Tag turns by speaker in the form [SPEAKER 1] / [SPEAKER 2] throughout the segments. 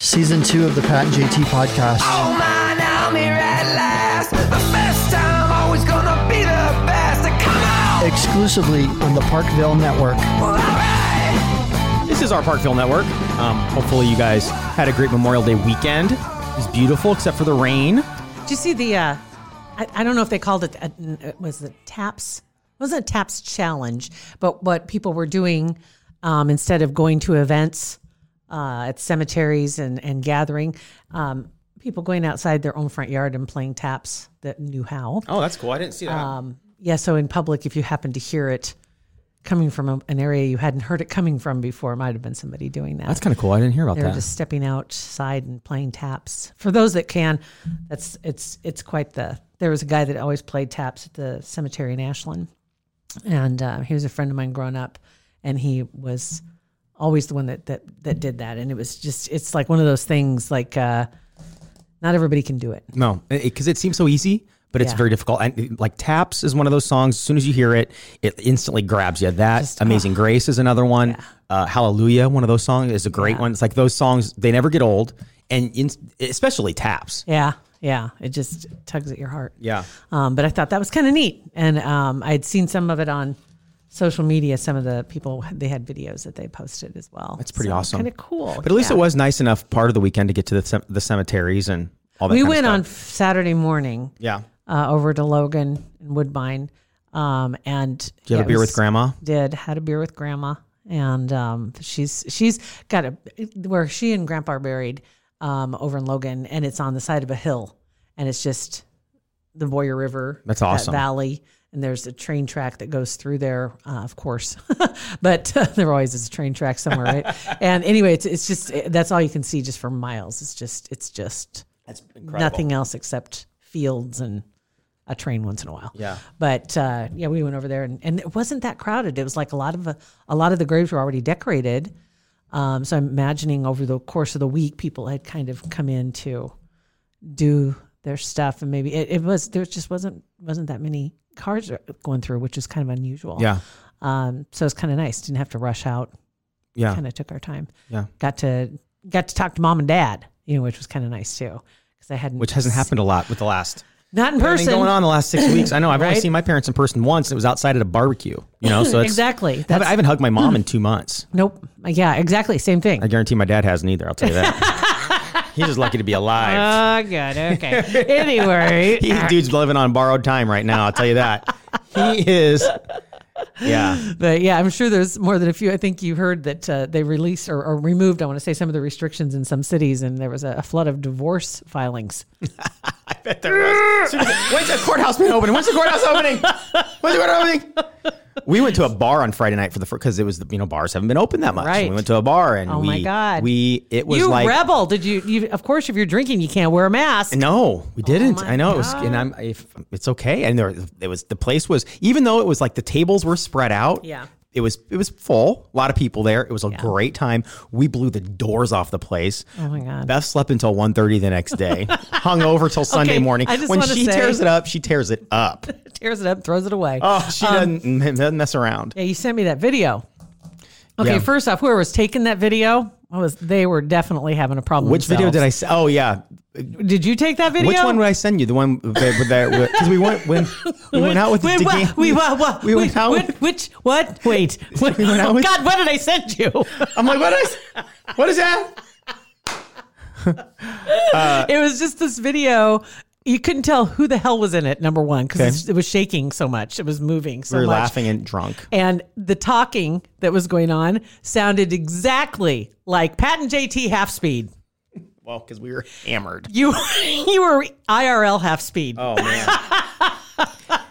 [SPEAKER 1] Season two of the Pat and JT podcast.
[SPEAKER 2] Oh man, I'm here at last. The best time, always gonna be the best. Come on!
[SPEAKER 1] Exclusively on the Parkville Network.
[SPEAKER 2] Well, alright.
[SPEAKER 3] This is our Parkville Network. Um, hopefully, you guys had a great Memorial Day weekend. It was beautiful, except for the rain.
[SPEAKER 4] Did you see the? Uh, I, I don't know if they called it. A, it was it taps? It wasn't a taps challenge, but what people were doing um, instead of going to events uh, at cemeteries and and gathering, um, people going outside their own front yard and playing taps that knew how.
[SPEAKER 3] Oh, that's cool. I didn't see that.
[SPEAKER 4] Um, yeah, so in public, if you happen to hear it coming from a, an area you hadn't heard it coming from before, it might have been somebody doing that.
[SPEAKER 3] that's kind of cool. I didn't hear about
[SPEAKER 4] They're
[SPEAKER 3] that.
[SPEAKER 4] just stepping outside and playing taps. For those that can, that's it's it's quite the. There was a guy that always played taps at the cemetery in Ashland, and uh, he was a friend of mine growing up, and he was always the one that that that did that, and it was just it's like one of those things like uh, not everybody can do it.
[SPEAKER 3] no, because it, seems so easy, but it's
[SPEAKER 4] Yeah.
[SPEAKER 3] very difficult. And it- like Taps is one of those songs. As soon as you hear it, it instantly grabs you. That
[SPEAKER 4] ah.
[SPEAKER 3] Amazing Grace is another one. Uh, Hallelujah, one of those songs, is a great one. It's like those songs they never get old, and in, especially Taps.
[SPEAKER 4] Yeah, yeah, it just tugs at your heart.
[SPEAKER 3] Yeah.
[SPEAKER 4] Um, but I thought that was kind of neat, and um, I'd seen some of it on social media. Some of the people they had videos that they posted as well.
[SPEAKER 3] That's pretty awesome.
[SPEAKER 4] Kind of cool.
[SPEAKER 3] But at least it was nice enough part of the weekend to get to the, cem- the cemeteries and all that.
[SPEAKER 4] we
[SPEAKER 3] kind of
[SPEAKER 4] went
[SPEAKER 3] stuff.
[SPEAKER 4] on Saturday morning
[SPEAKER 3] Yeah.
[SPEAKER 4] uh, over to Logan and Woodbine, um, and
[SPEAKER 3] Do you have a
[SPEAKER 4] yeah, it
[SPEAKER 3] beer
[SPEAKER 4] was-
[SPEAKER 3] with grandma?
[SPEAKER 4] Did had a beer with grandma, and um, she's she's got a where she and grandpa are buried um, over in Logan, and it's on the side of a hill, and it's just the Boyer River.
[SPEAKER 3] That's
[SPEAKER 4] that
[SPEAKER 3] awesome.
[SPEAKER 4] valley, and there's a train track that goes through there, uh, of course. but uh, there always is a train track somewhere, right? and anyway, it's it's just that's all you can see just for miles. It's just it's just
[SPEAKER 3] That's
[SPEAKER 4] nothing else except fields and a train once in a while.
[SPEAKER 3] Yeah.
[SPEAKER 4] But uh, yeah, we went over there and, and it wasn't that crowded. It was like a lot of a, lot of the graves were already decorated. Um, so I'm imagining over the course of the week, people had kind of come in to do their stuff, and maybe it, it was there just wasn't wasn't that many cars going through, which is kind of unusual.
[SPEAKER 3] Yeah.
[SPEAKER 4] Um, so it's kind of nice. Didn't have to rush out.
[SPEAKER 3] Yeah.
[SPEAKER 4] Kind of took our time.
[SPEAKER 3] Yeah.
[SPEAKER 4] Got to got to talk to mom and dad, you know, which was kind of nice too, because I hadn't
[SPEAKER 3] Which hasn't happened a lot with the last
[SPEAKER 4] not in person
[SPEAKER 3] thing going on the last six weeks. I know. I've only
[SPEAKER 4] Right?
[SPEAKER 3] seen my parents in person once. It was outside at a barbecue. You know, so it's,
[SPEAKER 4] Exactly.
[SPEAKER 3] I haven't,
[SPEAKER 4] That's-
[SPEAKER 3] I haven't hugged my mom in two months.
[SPEAKER 4] Nope. Uh, Yeah, exactly. Same thing.
[SPEAKER 3] I guarantee my dad hasn't either. I'll tell you that. He's just lucky to be alive.
[SPEAKER 4] Oh, good. Okay. anyway,
[SPEAKER 3] he, dude's living on borrowed time right now. I'll tell you that. He is. Yeah.
[SPEAKER 4] but yeah, I'm sure there's more than a few. I think you heard that uh, they released or, or removed, I want to say, some of the restrictions in some cities, and there was a, a flood of divorce filings.
[SPEAKER 3] I bet there was. Soon as- When's the courthouse been opening? When's the courthouse opening? When's the courthouse opening? We went to a bar on Friday night for the first because it was the you know bars haven't been open that much.
[SPEAKER 4] Right.
[SPEAKER 3] We went to a bar and
[SPEAKER 4] Oh
[SPEAKER 3] we,
[SPEAKER 4] my God.
[SPEAKER 3] we it was
[SPEAKER 4] you
[SPEAKER 3] like
[SPEAKER 4] rebel. Did you, you? Of course, if you're drinking, you can't wear a mask.
[SPEAKER 3] no, we didn't.
[SPEAKER 4] my
[SPEAKER 3] I know it was, and I'm. If, it's okay. And there, it was the place was even though it was like the tables were spread out.
[SPEAKER 4] Yeah.
[SPEAKER 3] It was it was full. A lot of people there. It was a great time. We blew the doors off the place.
[SPEAKER 4] Oh my God.
[SPEAKER 3] Beth slept until 1.30 the next day, hung over till Sunday
[SPEAKER 4] Okay,
[SPEAKER 3] morning.
[SPEAKER 4] I just
[SPEAKER 3] when
[SPEAKER 4] wanna
[SPEAKER 3] she
[SPEAKER 4] say-
[SPEAKER 3] tears it up, she tears it up.
[SPEAKER 4] Tears it up, throws it away.
[SPEAKER 3] Oh, she doesn't, doesn't mess around.
[SPEAKER 4] yeah, you sent me that video. Okay,
[SPEAKER 3] Yeah.
[SPEAKER 4] first off, whoever was taking that video, I was they were definitely having a problem.
[SPEAKER 3] Which video did I? s- Oh yeah,
[SPEAKER 4] I? Did you take that video?
[SPEAKER 3] which one would I send you? The one because we went when we went out with
[SPEAKER 4] Wait,
[SPEAKER 3] the
[SPEAKER 4] what?
[SPEAKER 3] gang-
[SPEAKER 4] we, what, what,
[SPEAKER 3] we went
[SPEAKER 4] wait,
[SPEAKER 3] out.
[SPEAKER 4] what-
[SPEAKER 3] with-
[SPEAKER 4] which what? Wait, what, Oh,
[SPEAKER 3] We went out with-
[SPEAKER 4] God, what did I send you?
[SPEAKER 3] I'm like, what is? What is that? Uh,
[SPEAKER 4] it was just this video. You couldn't tell who the hell was in it. Number one, because
[SPEAKER 3] Okay.
[SPEAKER 4] it was shaking so much, it was moving so
[SPEAKER 3] we were
[SPEAKER 4] much,
[SPEAKER 3] laughing and drunk.
[SPEAKER 4] and the talking that was going on sounded exactly like Pat and JT half speed.
[SPEAKER 3] Well, because we were hammered.
[SPEAKER 4] You you were IRL half speed.
[SPEAKER 3] Oh man,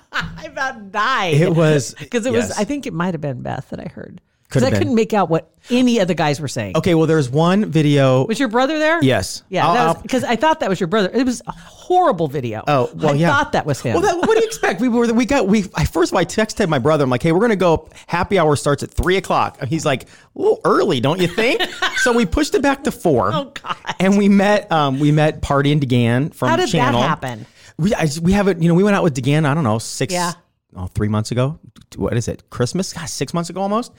[SPEAKER 4] I about died
[SPEAKER 3] it was
[SPEAKER 4] because it was.
[SPEAKER 3] yes.
[SPEAKER 4] I think it might have been Beth that I heard.
[SPEAKER 3] Could
[SPEAKER 4] because I
[SPEAKER 3] have been.
[SPEAKER 4] couldn't make out what any of the guys were saying.
[SPEAKER 3] Okay, well, there's one video.
[SPEAKER 4] Was your brother there?
[SPEAKER 3] Yes. I'll-
[SPEAKER 4] Yeah,
[SPEAKER 3] I'll-
[SPEAKER 4] because I thought that was your brother. It was a horrible video.
[SPEAKER 3] Oh well,
[SPEAKER 4] I
[SPEAKER 3] yeah.
[SPEAKER 4] thought that was him.
[SPEAKER 3] Well, that, what do you expect? We were we got we. I first of all, I texted my brother. I'm like, hey, we're gonna go. Happy hour starts at three o'clock. And he's like, a little early, don't you think? so we pushed it back to four. Oh
[SPEAKER 4] God.
[SPEAKER 3] And we met um we met Party and Degan from
[SPEAKER 4] How did
[SPEAKER 3] Channel.
[SPEAKER 4] that happen?
[SPEAKER 3] We I, we haven't you know we went out with Degan. I don't know six.
[SPEAKER 4] Yeah.
[SPEAKER 3] Oh, three months ago. What is it? Christmas? God, six months ago almost.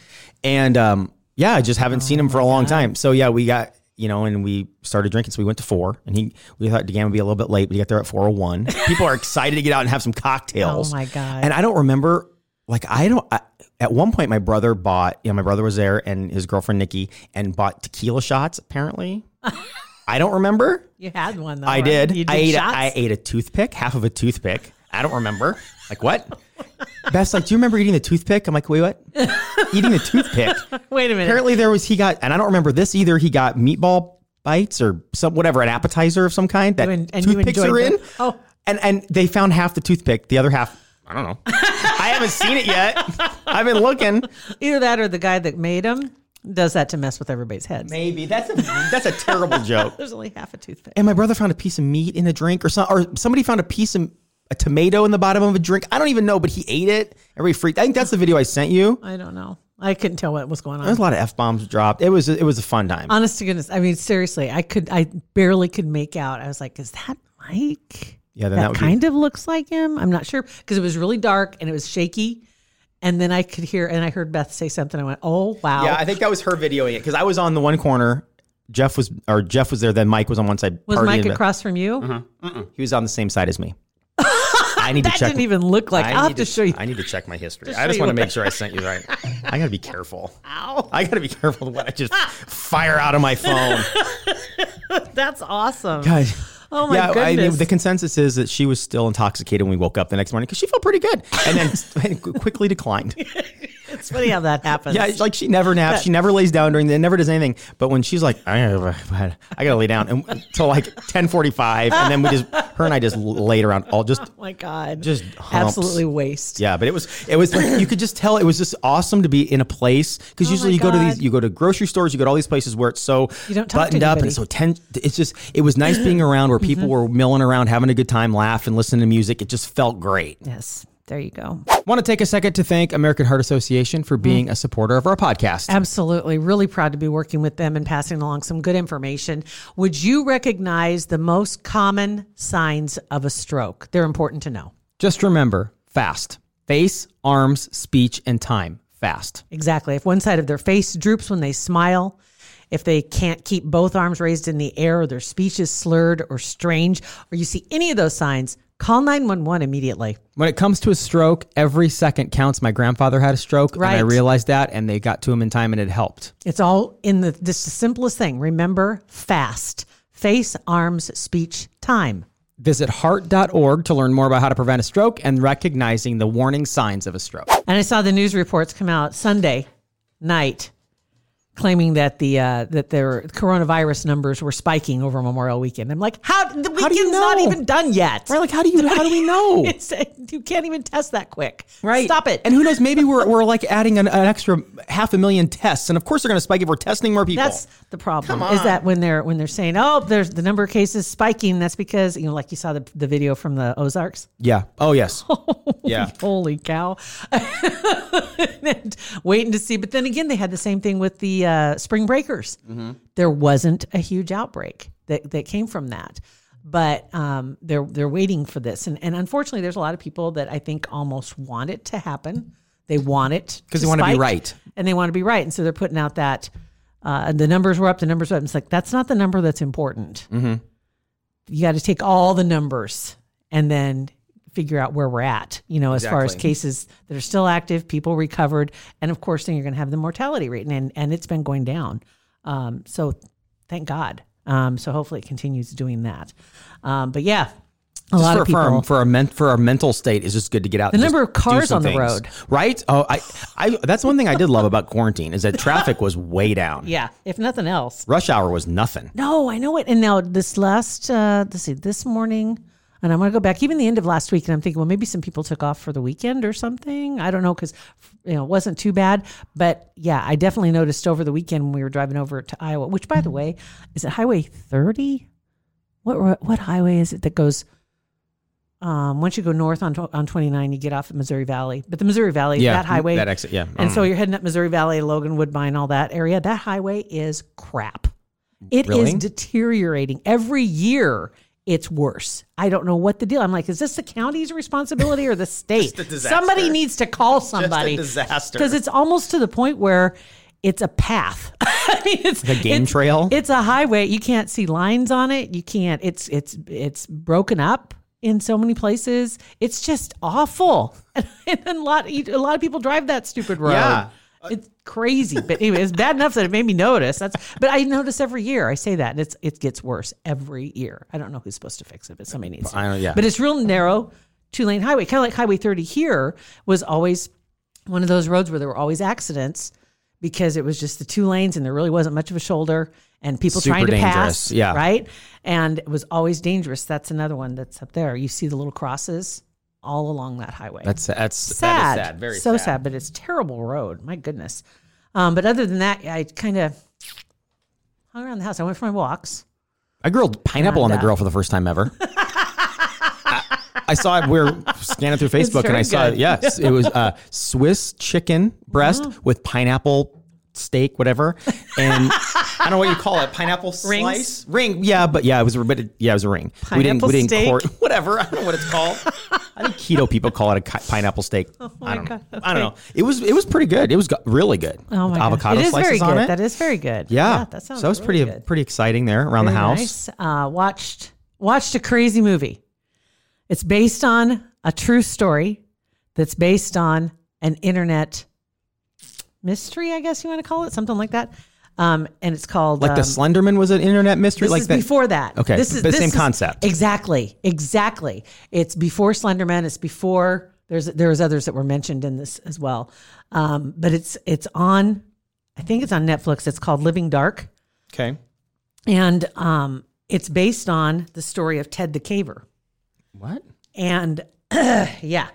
[SPEAKER 3] And um, yeah, I just
[SPEAKER 4] Oh
[SPEAKER 3] haven't seen him for a long time. So yeah, we got you know, and we started drinking. So we went to four, and he we thought DeGan would be a little bit late, but he got there at four oh one. People are excited to get out and have some cocktails.
[SPEAKER 4] Oh, my God.
[SPEAKER 3] And I don't remember. Like I don't. I, at one point, my brother bought. You know, my brother was there, and his girlfriend Nikki, and bought tequila shots. Apparently, I don't remember.
[SPEAKER 4] You had one though.
[SPEAKER 3] I
[SPEAKER 4] right?
[SPEAKER 3] did.
[SPEAKER 4] You did
[SPEAKER 3] I ate. A,
[SPEAKER 4] shots?
[SPEAKER 3] I ate a toothpick, half of a toothpick. I don't remember. Like what? Beth's like, do you remember eating the toothpick? I'm like, wait, what? eating a toothpick.
[SPEAKER 4] Wait a minute.
[SPEAKER 3] Apparently, there was he got, and I don't remember this either. He got meatball bites or some whatever, an appetizer of some kind that
[SPEAKER 4] You en- and you
[SPEAKER 3] toothpicks
[SPEAKER 4] enjoyed
[SPEAKER 3] are in.
[SPEAKER 4] them? Oh.
[SPEAKER 3] and and they found half the toothpick, the other half. I don't know. I haven't seen it yet. I've been looking.
[SPEAKER 4] Either that or the guy that made him does that to mess with everybody's heads.
[SPEAKER 3] Maybe that's a that's a terrible joke.
[SPEAKER 4] There's only half a toothpick.
[SPEAKER 3] and my brother found a piece of meat in a drink or some, or somebody found a piece of a tomato in the bottom of a drink. I don't even know, but he ate it. Everybody freaked. I think that's the video I sent you.
[SPEAKER 4] I don't know. I couldn't tell what was going on.
[SPEAKER 3] There's a lot of f bombs dropped. It was it was a fun time.
[SPEAKER 4] Honest to goodness, I mean, seriously, I could, I barely could make out. I was like, "Is that Mike?
[SPEAKER 3] Yeah, then that
[SPEAKER 4] that,
[SPEAKER 3] would be-
[SPEAKER 4] kind of looks like him." I'm not sure because it was really dark and it was shaky. And then I could hear, and I heard Beth say something. I went, "Oh wow!"
[SPEAKER 3] yeah, I think that was her videoing it because I was on the one corner. Jeff was or Jeff was there. Then Mike was on one side.
[SPEAKER 4] was
[SPEAKER 3] partying,
[SPEAKER 4] Mike
[SPEAKER 3] but
[SPEAKER 4] across from you?
[SPEAKER 3] Mm-hmm. He was on the same side as me. I need to
[SPEAKER 4] That
[SPEAKER 3] check.
[SPEAKER 4] didn't even look like.
[SPEAKER 3] I
[SPEAKER 4] I'll
[SPEAKER 3] need
[SPEAKER 4] have to show you.
[SPEAKER 3] I need to check my history.
[SPEAKER 4] To
[SPEAKER 3] I just
[SPEAKER 4] show you
[SPEAKER 3] want to
[SPEAKER 4] what-
[SPEAKER 3] make sure I sent you right. I gotta be careful. Ow! I gotta be careful what I just fire out of my phone.
[SPEAKER 4] That's awesome.
[SPEAKER 3] God.
[SPEAKER 4] Oh my
[SPEAKER 3] yeah, I-
[SPEAKER 4] goodness.
[SPEAKER 3] the consensus is that she was still intoxicated when we woke up the next morning because she felt pretty good, and then and qu- quickly declined.
[SPEAKER 4] it's funny how that happens. Oh,
[SPEAKER 3] Yeah, it's like she never naps, she never lays down during the, never does anything. But when she's like, I, gotta- I gotta lay down and, until like ten forty five, and then we just her and I just laid around all just
[SPEAKER 4] Oh my God.
[SPEAKER 3] just humps.
[SPEAKER 4] absolutely waste.
[SPEAKER 3] Yeah, but it was it was like you could just tell it was just awesome to be in a place because
[SPEAKER 4] Oh
[SPEAKER 3] usually
[SPEAKER 4] my
[SPEAKER 3] you go to these
[SPEAKER 4] God.
[SPEAKER 3] you go to grocery stores you go to all these places where it's so
[SPEAKER 4] You don't talk to
[SPEAKER 3] buttoned up and
[SPEAKER 4] anybody. Mm-hmm.
[SPEAKER 3] it's so tense. It's just it was nice being around where people were milling around having a good time, laughing, listening to music. It just felt great.
[SPEAKER 4] Yes. There you go.
[SPEAKER 3] Want to take a second to thank American Heart Association for being
[SPEAKER 4] Mm.
[SPEAKER 3] a supporter of our podcast.
[SPEAKER 4] Absolutely. Really proud to be working with them and passing along some good information. Would you recognize the most common signs of a stroke? They're important to know.
[SPEAKER 3] Just remember fast face, arms, speech, and time. Fast.
[SPEAKER 4] Exactly. If one side of their face droops when they smile, if they can't keep both arms raised in the air, or their speech is slurred or strange, or you see any of those signs, call 911 immediately.
[SPEAKER 3] When it comes to a stroke, every second counts. My grandfather had a stroke, and I
[SPEAKER 4] Right.
[SPEAKER 3] realized that, and they got to him in time, and it helped.
[SPEAKER 4] It's all in the just the simplest thing. Remember fast. Face, arms, speech, time.
[SPEAKER 3] Visit heart.org to learn more about how to prevent a stroke and recognizing the warning signs of a stroke.
[SPEAKER 4] And I saw the news reports come out Sunday night claiming that the uh, that their coronavirus numbers were spiking over Memorial Weekend. I'm like, how the weekend's
[SPEAKER 3] How do you
[SPEAKER 4] not
[SPEAKER 3] know?
[SPEAKER 4] even done yet.
[SPEAKER 3] Right? Like, how do you? How do we know?
[SPEAKER 4] It's, you can't even test that quick.
[SPEAKER 3] Right.
[SPEAKER 4] Stop it.
[SPEAKER 3] And who knows? Maybe we're, we're like adding an, an extra half a million tests, and of course they're going to spike if we're testing more people.
[SPEAKER 4] That's the problem. Is that when they're when they're saying, "Oh, there's the number of cases spiking," that's because you know, like you saw the, the video from the Ozarks.
[SPEAKER 3] yeah. Oh yes. yeah.
[SPEAKER 4] Holy cow. And waiting to see. But then again, they had the same thing with the uh, spring breakers.
[SPEAKER 3] Mm-hmm.
[SPEAKER 4] There wasn't a huge outbreak that, that came from that. But um, they're they're waiting for this. And, and unfortunately, there's a lot of people that I think almost want it to happen. They want it
[SPEAKER 3] 'Cause they wanna be
[SPEAKER 4] spike,
[SPEAKER 3] right.
[SPEAKER 4] And they want to be right. And so they're putting out that uh, and the numbers were up, the numbers were up. And it's like, that's not the number that's important you got to take all the numbers and then figure out where we're at, you know, as far as
[SPEAKER 3] Exactly.
[SPEAKER 4] cases that are still active, people recovered. And of course, then you're going to have the mortality rate. And, and it's been going down. Um, so thank God. Um, so hopefully it continues doing that. Um, but yeah, a
[SPEAKER 3] Just
[SPEAKER 4] lot
[SPEAKER 3] for,
[SPEAKER 4] of people.
[SPEAKER 3] for, our, for our men, for our mental state is just good to get out. The
[SPEAKER 4] number of cars on the road.
[SPEAKER 3] right? Oh, I, I. That's one thing I did love about quarantine is that traffic was way down.
[SPEAKER 4] yeah, if nothing else.
[SPEAKER 3] Rush hour was nothing.
[SPEAKER 4] No, I know it. And now this last, uh, let's see, this morning And I want to go back, even the end of last week, and I'm thinking, well, maybe some people took off for the weekend or something. I don't know, because you know it wasn't too bad. But yeah, I definitely noticed over the weekend when we were driving over to Iowa. Which, by the way, is it Highway 30? What ro- what highway is it that goes? Um, once you go north on tw- on 29, you get off at Missouri Valley. But the Missouri Valley,
[SPEAKER 3] Yeah,
[SPEAKER 4] that highway,
[SPEAKER 3] that exit, yeah. Oh. um,
[SPEAKER 4] And so you're heading up Missouri Valley, Logan, Woodbine, all that area. That highway is crap. It is
[SPEAKER 3] Really?
[SPEAKER 4] deteriorating every year. It's worse. I don't know what the deal. I'm like, is this the county's responsibility or the state?
[SPEAKER 3] Just a disaster.
[SPEAKER 4] somebody needs to call somebody.
[SPEAKER 3] disaster.
[SPEAKER 4] Because it's almost to the point where it's a path. I mean, it's
[SPEAKER 3] The game
[SPEAKER 4] it's-
[SPEAKER 3] trail?
[SPEAKER 4] It's a highway. You can't see lines on it. You can't. It's it's it's broken up in so many places. It's just awful. And, a lot a lot of people drive that stupid road.
[SPEAKER 3] Yeah.
[SPEAKER 4] It's crazy, but anyway, it's bad enough that it made me notice. That's, but I notice every year. I say that, and it's it gets worse every year. I don't know who's supposed to fix it, but somebody needs.
[SPEAKER 3] I
[SPEAKER 4] to.
[SPEAKER 3] don't- yeah.
[SPEAKER 4] But it's real narrow, two lane highway, kind of like Highway 30 here was always one of those roads where there were always accidents because it was just the two lanes and there really wasn't much of a shoulder and people
[SPEAKER 3] Super
[SPEAKER 4] trying to
[SPEAKER 3] dangerous,
[SPEAKER 4] pass,
[SPEAKER 3] yeah.
[SPEAKER 4] right? And it was always dangerous. That's another one that's up there. You see the little crosses all along that highway
[SPEAKER 3] That's that's
[SPEAKER 4] sad.
[SPEAKER 3] That is sad. Very
[SPEAKER 4] so sad.
[SPEAKER 3] sad.
[SPEAKER 4] but it's terrible road. My goodness. Um, but other than that, I kind of hung around the house. I went for my walks.
[SPEAKER 3] I grilled pineapple on the
[SPEAKER 4] that.
[SPEAKER 3] grill for the first time ever. I, I saw it. We were scanning through Facebook, and
[SPEAKER 4] very
[SPEAKER 3] I saw it.
[SPEAKER 4] good.
[SPEAKER 3] Yes, it was uh, Swiss chicken breast
[SPEAKER 4] Uh-huh.
[SPEAKER 3] with pineapple steak, whatever, and I don't know what you call it. Pineapple
[SPEAKER 4] Rings?
[SPEAKER 3] slice ring. Yeah, but yeah, it was a but it, yeah, it was a ring.
[SPEAKER 4] Pineapple
[SPEAKER 3] we didn't
[SPEAKER 4] steak?
[SPEAKER 3] court whatever. I don't know what it's called. I think keto people call it a ki- pineapple steak.
[SPEAKER 4] Oh
[SPEAKER 3] I don't know. I don't know. It was it was pretty good. It was go- really good.
[SPEAKER 4] Oh my
[SPEAKER 3] With
[SPEAKER 4] gosh.
[SPEAKER 3] avocado
[SPEAKER 4] It is
[SPEAKER 3] slices
[SPEAKER 4] very
[SPEAKER 3] on
[SPEAKER 4] good.
[SPEAKER 3] it.
[SPEAKER 4] That is very good.
[SPEAKER 3] yeah.
[SPEAKER 4] that sounds.
[SPEAKER 3] so it was
[SPEAKER 4] really
[SPEAKER 3] pretty
[SPEAKER 4] good.
[SPEAKER 3] pretty exciting there around the
[SPEAKER 4] Very
[SPEAKER 3] house.
[SPEAKER 4] Nice. Uh, watched watched a crazy movie. It's based on a true story that's based on an internet mystery, I guess you want to call it, something like that. Um, and it's called
[SPEAKER 3] Like the
[SPEAKER 4] um,
[SPEAKER 3] Slenderman was an internet mystery,
[SPEAKER 4] This
[SPEAKER 3] like
[SPEAKER 4] is
[SPEAKER 3] that.
[SPEAKER 4] before that.
[SPEAKER 3] Okay,
[SPEAKER 4] this is
[SPEAKER 3] but
[SPEAKER 4] this
[SPEAKER 3] same
[SPEAKER 4] is-
[SPEAKER 3] concept.
[SPEAKER 4] Exactly, exactly. It's before Slenderman. It's before there's there's others that were mentioned in this as well, um, but it's it's on. I think it's on Netflix. It's called Living Dark,
[SPEAKER 3] Okay.
[SPEAKER 4] and um, it's based on the story of Ted the Caver
[SPEAKER 3] What?
[SPEAKER 4] and yeah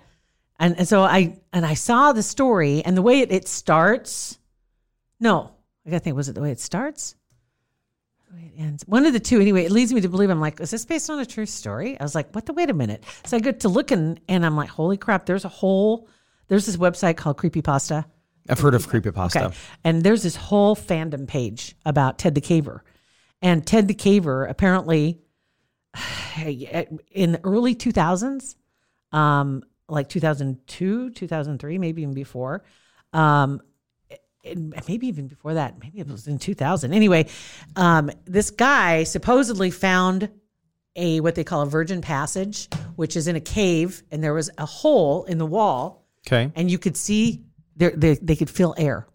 [SPEAKER 4] and, and so i and i saw the story and the way it, it starts no i gotta think was it the way it starts the way it ends one of the two anyway it leads me to believe i'm like is this based on a true story i was like what the wait a minute so i get to looking and i'm like holy crap there's a whole there's this website called creepypasta
[SPEAKER 3] I've heard of creepypasta.
[SPEAKER 4] Okay. And there's this whole fandom page about Ted the Caver. And Ted the Caver apparently in the early 2000s, um, like 2002, 2003, maybe even before, um, and maybe even before that, maybe it was in 2000. Anyway, um, this guy supposedly found a what they call a virgin passage, which is in a cave, and there was a hole in the wall
[SPEAKER 3] Okay.
[SPEAKER 4] and you could see there they, they could feel air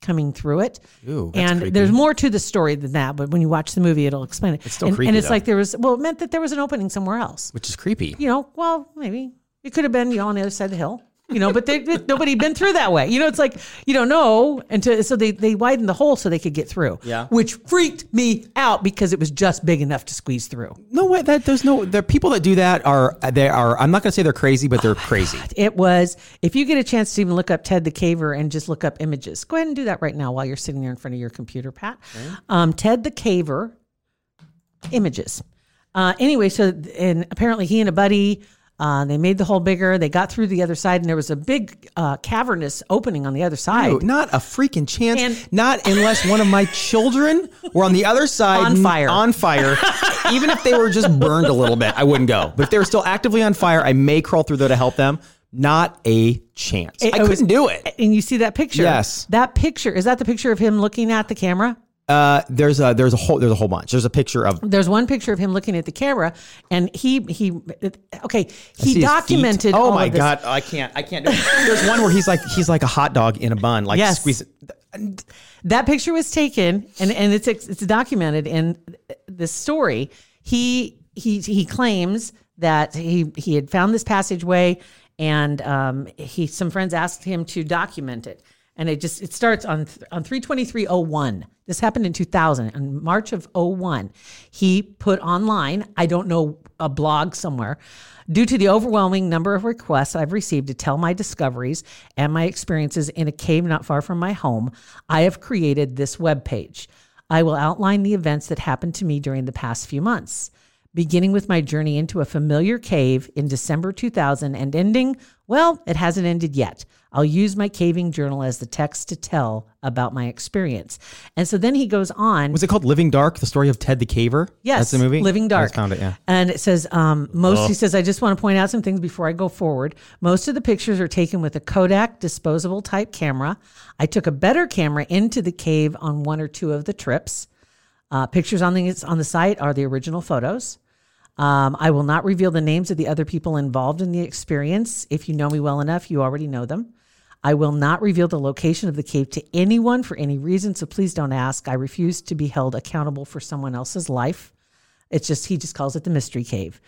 [SPEAKER 4] coming through it.
[SPEAKER 3] Ooh, that's
[SPEAKER 4] and
[SPEAKER 3] creepy.
[SPEAKER 4] there's more to the story than that, but when you watch the movie, it'll explain it. It's
[SPEAKER 3] still
[SPEAKER 4] and,
[SPEAKER 3] creepy,
[SPEAKER 4] And it's
[SPEAKER 3] though.
[SPEAKER 4] like there was well, it meant that there was an opening somewhere else.
[SPEAKER 3] Which is creepy.
[SPEAKER 4] You know, well, maybe it could have been you know, on the other side of the hill. You know, but they, they- nobody had been through that way. You know, it's like you don't know until so they they widened the hole so they could get through.
[SPEAKER 3] Yeah.
[SPEAKER 4] which freaked me out because it was just big enough to squeeze through.
[SPEAKER 3] No way. That there's no. The people that do that are they are. I'm not gonna say they're crazy,
[SPEAKER 4] Oh
[SPEAKER 3] but they're crazy.
[SPEAKER 4] It was, if you get a chance to even look up Ted the Caver and just look up images, go ahead and do that right now while you're sitting there in front of your computer, Pat. Um, Ted the Caver images. Uh, anyway, so, and apparently he and a buddy, uh, they made the hole bigger. They got through the other side, and there was a big uh, cavernous opening on the other side.
[SPEAKER 3] Dude, not a freaking chance.
[SPEAKER 4] And-
[SPEAKER 3] not unless one of my children were on the other side
[SPEAKER 4] On fire.
[SPEAKER 3] On fire. Even if they were just burned a little bit, I wouldn't go. But if they were still actively on fire, I may crawl through there to help them. Not a chance. I couldn't
[SPEAKER 4] was-
[SPEAKER 3] do it.
[SPEAKER 4] And you see that picture?
[SPEAKER 3] Yes.
[SPEAKER 4] That picture, is that the picture of him looking at the camera?
[SPEAKER 3] Uh, there's a there's a whole there's a whole bunch. There's a picture of
[SPEAKER 4] there's one picture of him looking at the camera and he he okay
[SPEAKER 3] I see
[SPEAKER 4] he
[SPEAKER 3] his
[SPEAKER 4] documented
[SPEAKER 3] feet. Oh
[SPEAKER 4] all
[SPEAKER 3] my
[SPEAKER 4] of this.
[SPEAKER 3] god, I can't. I can't. Do it. There's one where he's like he's like a hot dog in a bun, like
[SPEAKER 4] Yes.
[SPEAKER 3] squeeze it.
[SPEAKER 4] that picture was taken and and it's it's documented in this story he he he claims that he he had found this passageway and um he some friends asked him to document it and it just it starts on th- on 32301 this happened in 2000 in march of 01 he put online i don't know a blog somewhere due to the overwhelming number of requests i've received to tell my discoveries and my experiences in a cave not far from my home i have created this webpage i will outline the events that happened to me during the past few months beginning with my journey into a familiar cave in December 2000 and ending, well, it hasn't ended yet. I'll use my caving journal as the text to tell about my experience. And so then he goes on.
[SPEAKER 3] Was it called Living Dark? The story of Ted the Caver.
[SPEAKER 4] Yes,
[SPEAKER 3] that's the movie.
[SPEAKER 4] Living
[SPEAKER 3] I
[SPEAKER 4] Dark.
[SPEAKER 3] just found it. Yeah.
[SPEAKER 4] And it says um, most. He says, I just want to point out some things before I go forward. Most of the pictures are taken with a Kodak disposable type camera. I took a better camera into the cave on one or two of the trips. Uh, pictures on the on the site are the original photos. Um, I will not reveal the names of the other people involved in the experience. If you know me well enough, you already know them. I will not reveal the location of the cave to anyone for any reason, so please don't ask. I refuse to be held accountable for someone else's life. It's just, he just calls it the mystery cave.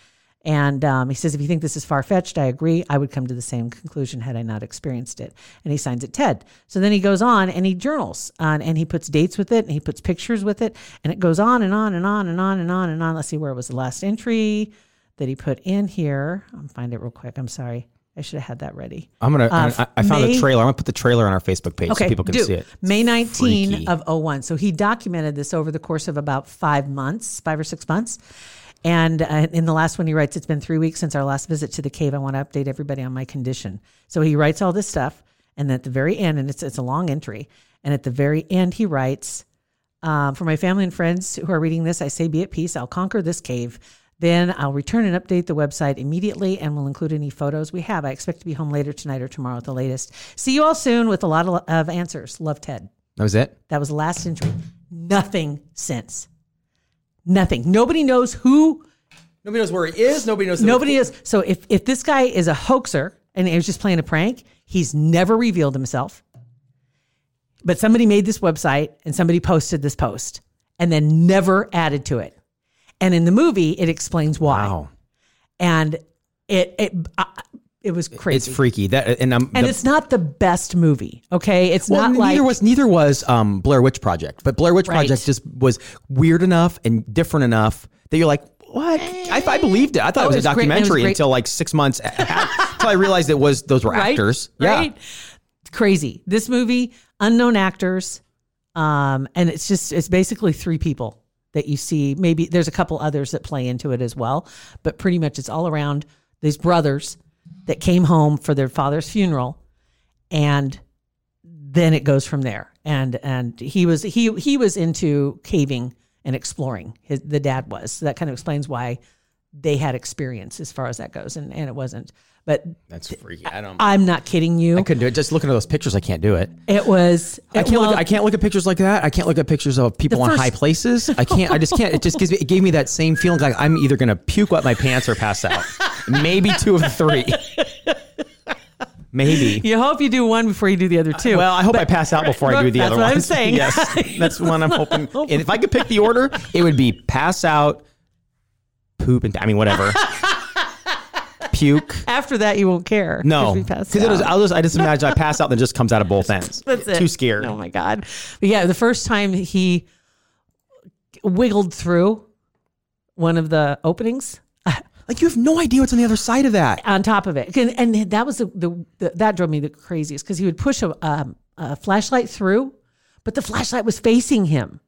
[SPEAKER 4] And um, he says, if you think this is far fetched, I agree. I would come to the same conclusion had I not experienced it. And he signs it Ted. So then he goes on and he journals on, and he puts dates with it and he puts pictures with it. And it goes on and on and on and on and on and on. Let's see where was the last entry that he put in here. I'll find it real quick. I'm sorry. I should have had that ready.
[SPEAKER 3] I'm gonna.
[SPEAKER 4] Uh,
[SPEAKER 3] I, I found
[SPEAKER 4] May-
[SPEAKER 3] the trailer. I'm gonna put the trailer on our Facebook page so people can
[SPEAKER 4] do.
[SPEAKER 3] see it.
[SPEAKER 4] May 19
[SPEAKER 3] freaky.
[SPEAKER 4] of 01. So he documented this over the course of about five months, five or six months. And uh, in the last one, he writes, It's been three weeks since our last visit to the cave. I want to update everybody on my condition. So he writes all this stuff. And then at the very end, and it's, it's a long entry. And at the very end, he writes, um, for my family and friends who are reading this, I say, be at peace. I'll conquer this cave. Then I'll return and update the website immediately and will include any photos we have. I expect to be home later tonight or tomorrow at the latest. See you all soon with a lot of, of answers. Love, Ted.
[SPEAKER 3] That was it.
[SPEAKER 4] That was the last entry. Nothing since. Nothing. Nobody knows who
[SPEAKER 3] Nobody knows where it is. Nobody knows.
[SPEAKER 4] Nobody is. So if if this guy is a hoaxer and he was just playing a prank, he's never revealed himself. But somebody made this website and somebody posted this post and then never added to it. And in the movie, it explains why.
[SPEAKER 3] Wow.
[SPEAKER 4] And it it uh, it was crazy.
[SPEAKER 3] It's freaky. That and I'm.
[SPEAKER 4] and
[SPEAKER 3] the-
[SPEAKER 4] it's not the best movie. Okay, it's
[SPEAKER 3] well,
[SPEAKER 4] not like
[SPEAKER 3] neither was neither was um, Blair Witch Project, but Blair Witch
[SPEAKER 4] Right.
[SPEAKER 3] Project just was weird enough and different enough that you're like, what? I, I believed it. I thought it was, a
[SPEAKER 4] Eh. Oh, it was great. It was
[SPEAKER 3] documentary
[SPEAKER 4] great.
[SPEAKER 3] until like six months until I realized it was those were
[SPEAKER 4] right?
[SPEAKER 3] actors.
[SPEAKER 4] Right? Crazy. This movie, unknown actors. Um, and it's just it's basically three people that you see. Maybe there's a couple others that play into it as well, but pretty much it's all around these brothers that came home for their father's funeral and then it goes from there. And and he was he he was into caving and exploring. His the dad was. So that kind of explains why they had experience as far as that goes and, and it wasn't. But
[SPEAKER 3] That's freaky. I don't.
[SPEAKER 4] I'm not kidding you.
[SPEAKER 3] I couldn't do it. Just looking at those pictures, I can't do it.
[SPEAKER 4] It was.
[SPEAKER 3] I can't.
[SPEAKER 4] well,
[SPEAKER 3] look, I can't look at pictures like that. I can't look at pictures of people on
[SPEAKER 4] first-
[SPEAKER 3] high places. I can't. I just can't. It just gives me. It gave me that same feeling like I'm either gonna puke up my pants or pass out. Maybe two of the three. Maybe.
[SPEAKER 4] You hope you do one before you do the other two.
[SPEAKER 3] Well, I hope I pass out before I do the
[SPEAKER 4] That's
[SPEAKER 3] other
[SPEAKER 4] what
[SPEAKER 3] one.
[SPEAKER 4] I'm saying.
[SPEAKER 3] yes, that's one I'm hoping. And if I could pick the order, it would be pass out, poop, and I mean whatever, puke.
[SPEAKER 4] after that, you won't care.
[SPEAKER 3] No,
[SPEAKER 4] we passed
[SPEAKER 3] it was,
[SPEAKER 4] out.
[SPEAKER 3] I'll just, I just imagine I pass out and it just comes out of both ends.
[SPEAKER 4] That's it.
[SPEAKER 3] Too scared.
[SPEAKER 4] Oh my god. But yeah, the first time he wiggled through one of the openings
[SPEAKER 3] Like you have no idea what's on the other side of that.
[SPEAKER 4] on top of it, and, and that was the, the, the that drove me the craziest because he would push a, um, a flashlight through, but the flashlight was facing him.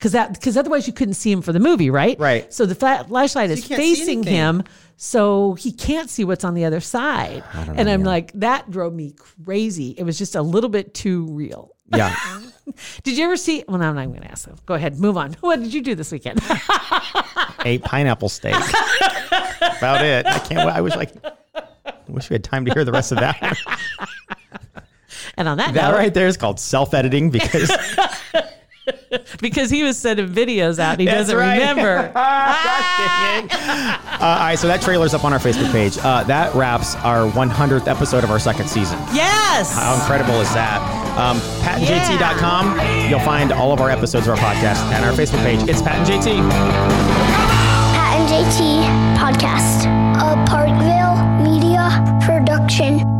[SPEAKER 4] Cause that, because otherwise you couldn't see him for the movie, right?
[SPEAKER 3] Right.
[SPEAKER 4] So the fla- flashlight is
[SPEAKER 3] can't see
[SPEAKER 4] facing
[SPEAKER 3] anything.
[SPEAKER 4] him, so he can't see what's on the other side. and I'm like, that drove me crazy. It was just a little bit too real.
[SPEAKER 3] Yeah.
[SPEAKER 4] Did you ever see? Well, no, I'm not going to ask. Them. Go ahead, move on. What did you do this weekend?
[SPEAKER 3] Ate pineapple steak. About it. I can't. I wish I. could- I wish we had time to hear the rest of that.
[SPEAKER 4] and on that,
[SPEAKER 3] that
[SPEAKER 4] note,
[SPEAKER 3] right there is called self-editing because
[SPEAKER 4] because he was sending videos out, he doesn't
[SPEAKER 3] right.
[SPEAKER 4] remember. Ah!
[SPEAKER 3] Uh, all right, so that trailer's up on our Facebook page. Uh, that wraps our 100th episode of our second season.
[SPEAKER 4] yes.
[SPEAKER 3] How incredible is that? Um, PatentJT.com. You'll find all of our episodes of our podcast and our Facebook page. It's Pat and JT.
[SPEAKER 5] Pat and JT Podcast, a Parkville Media Production.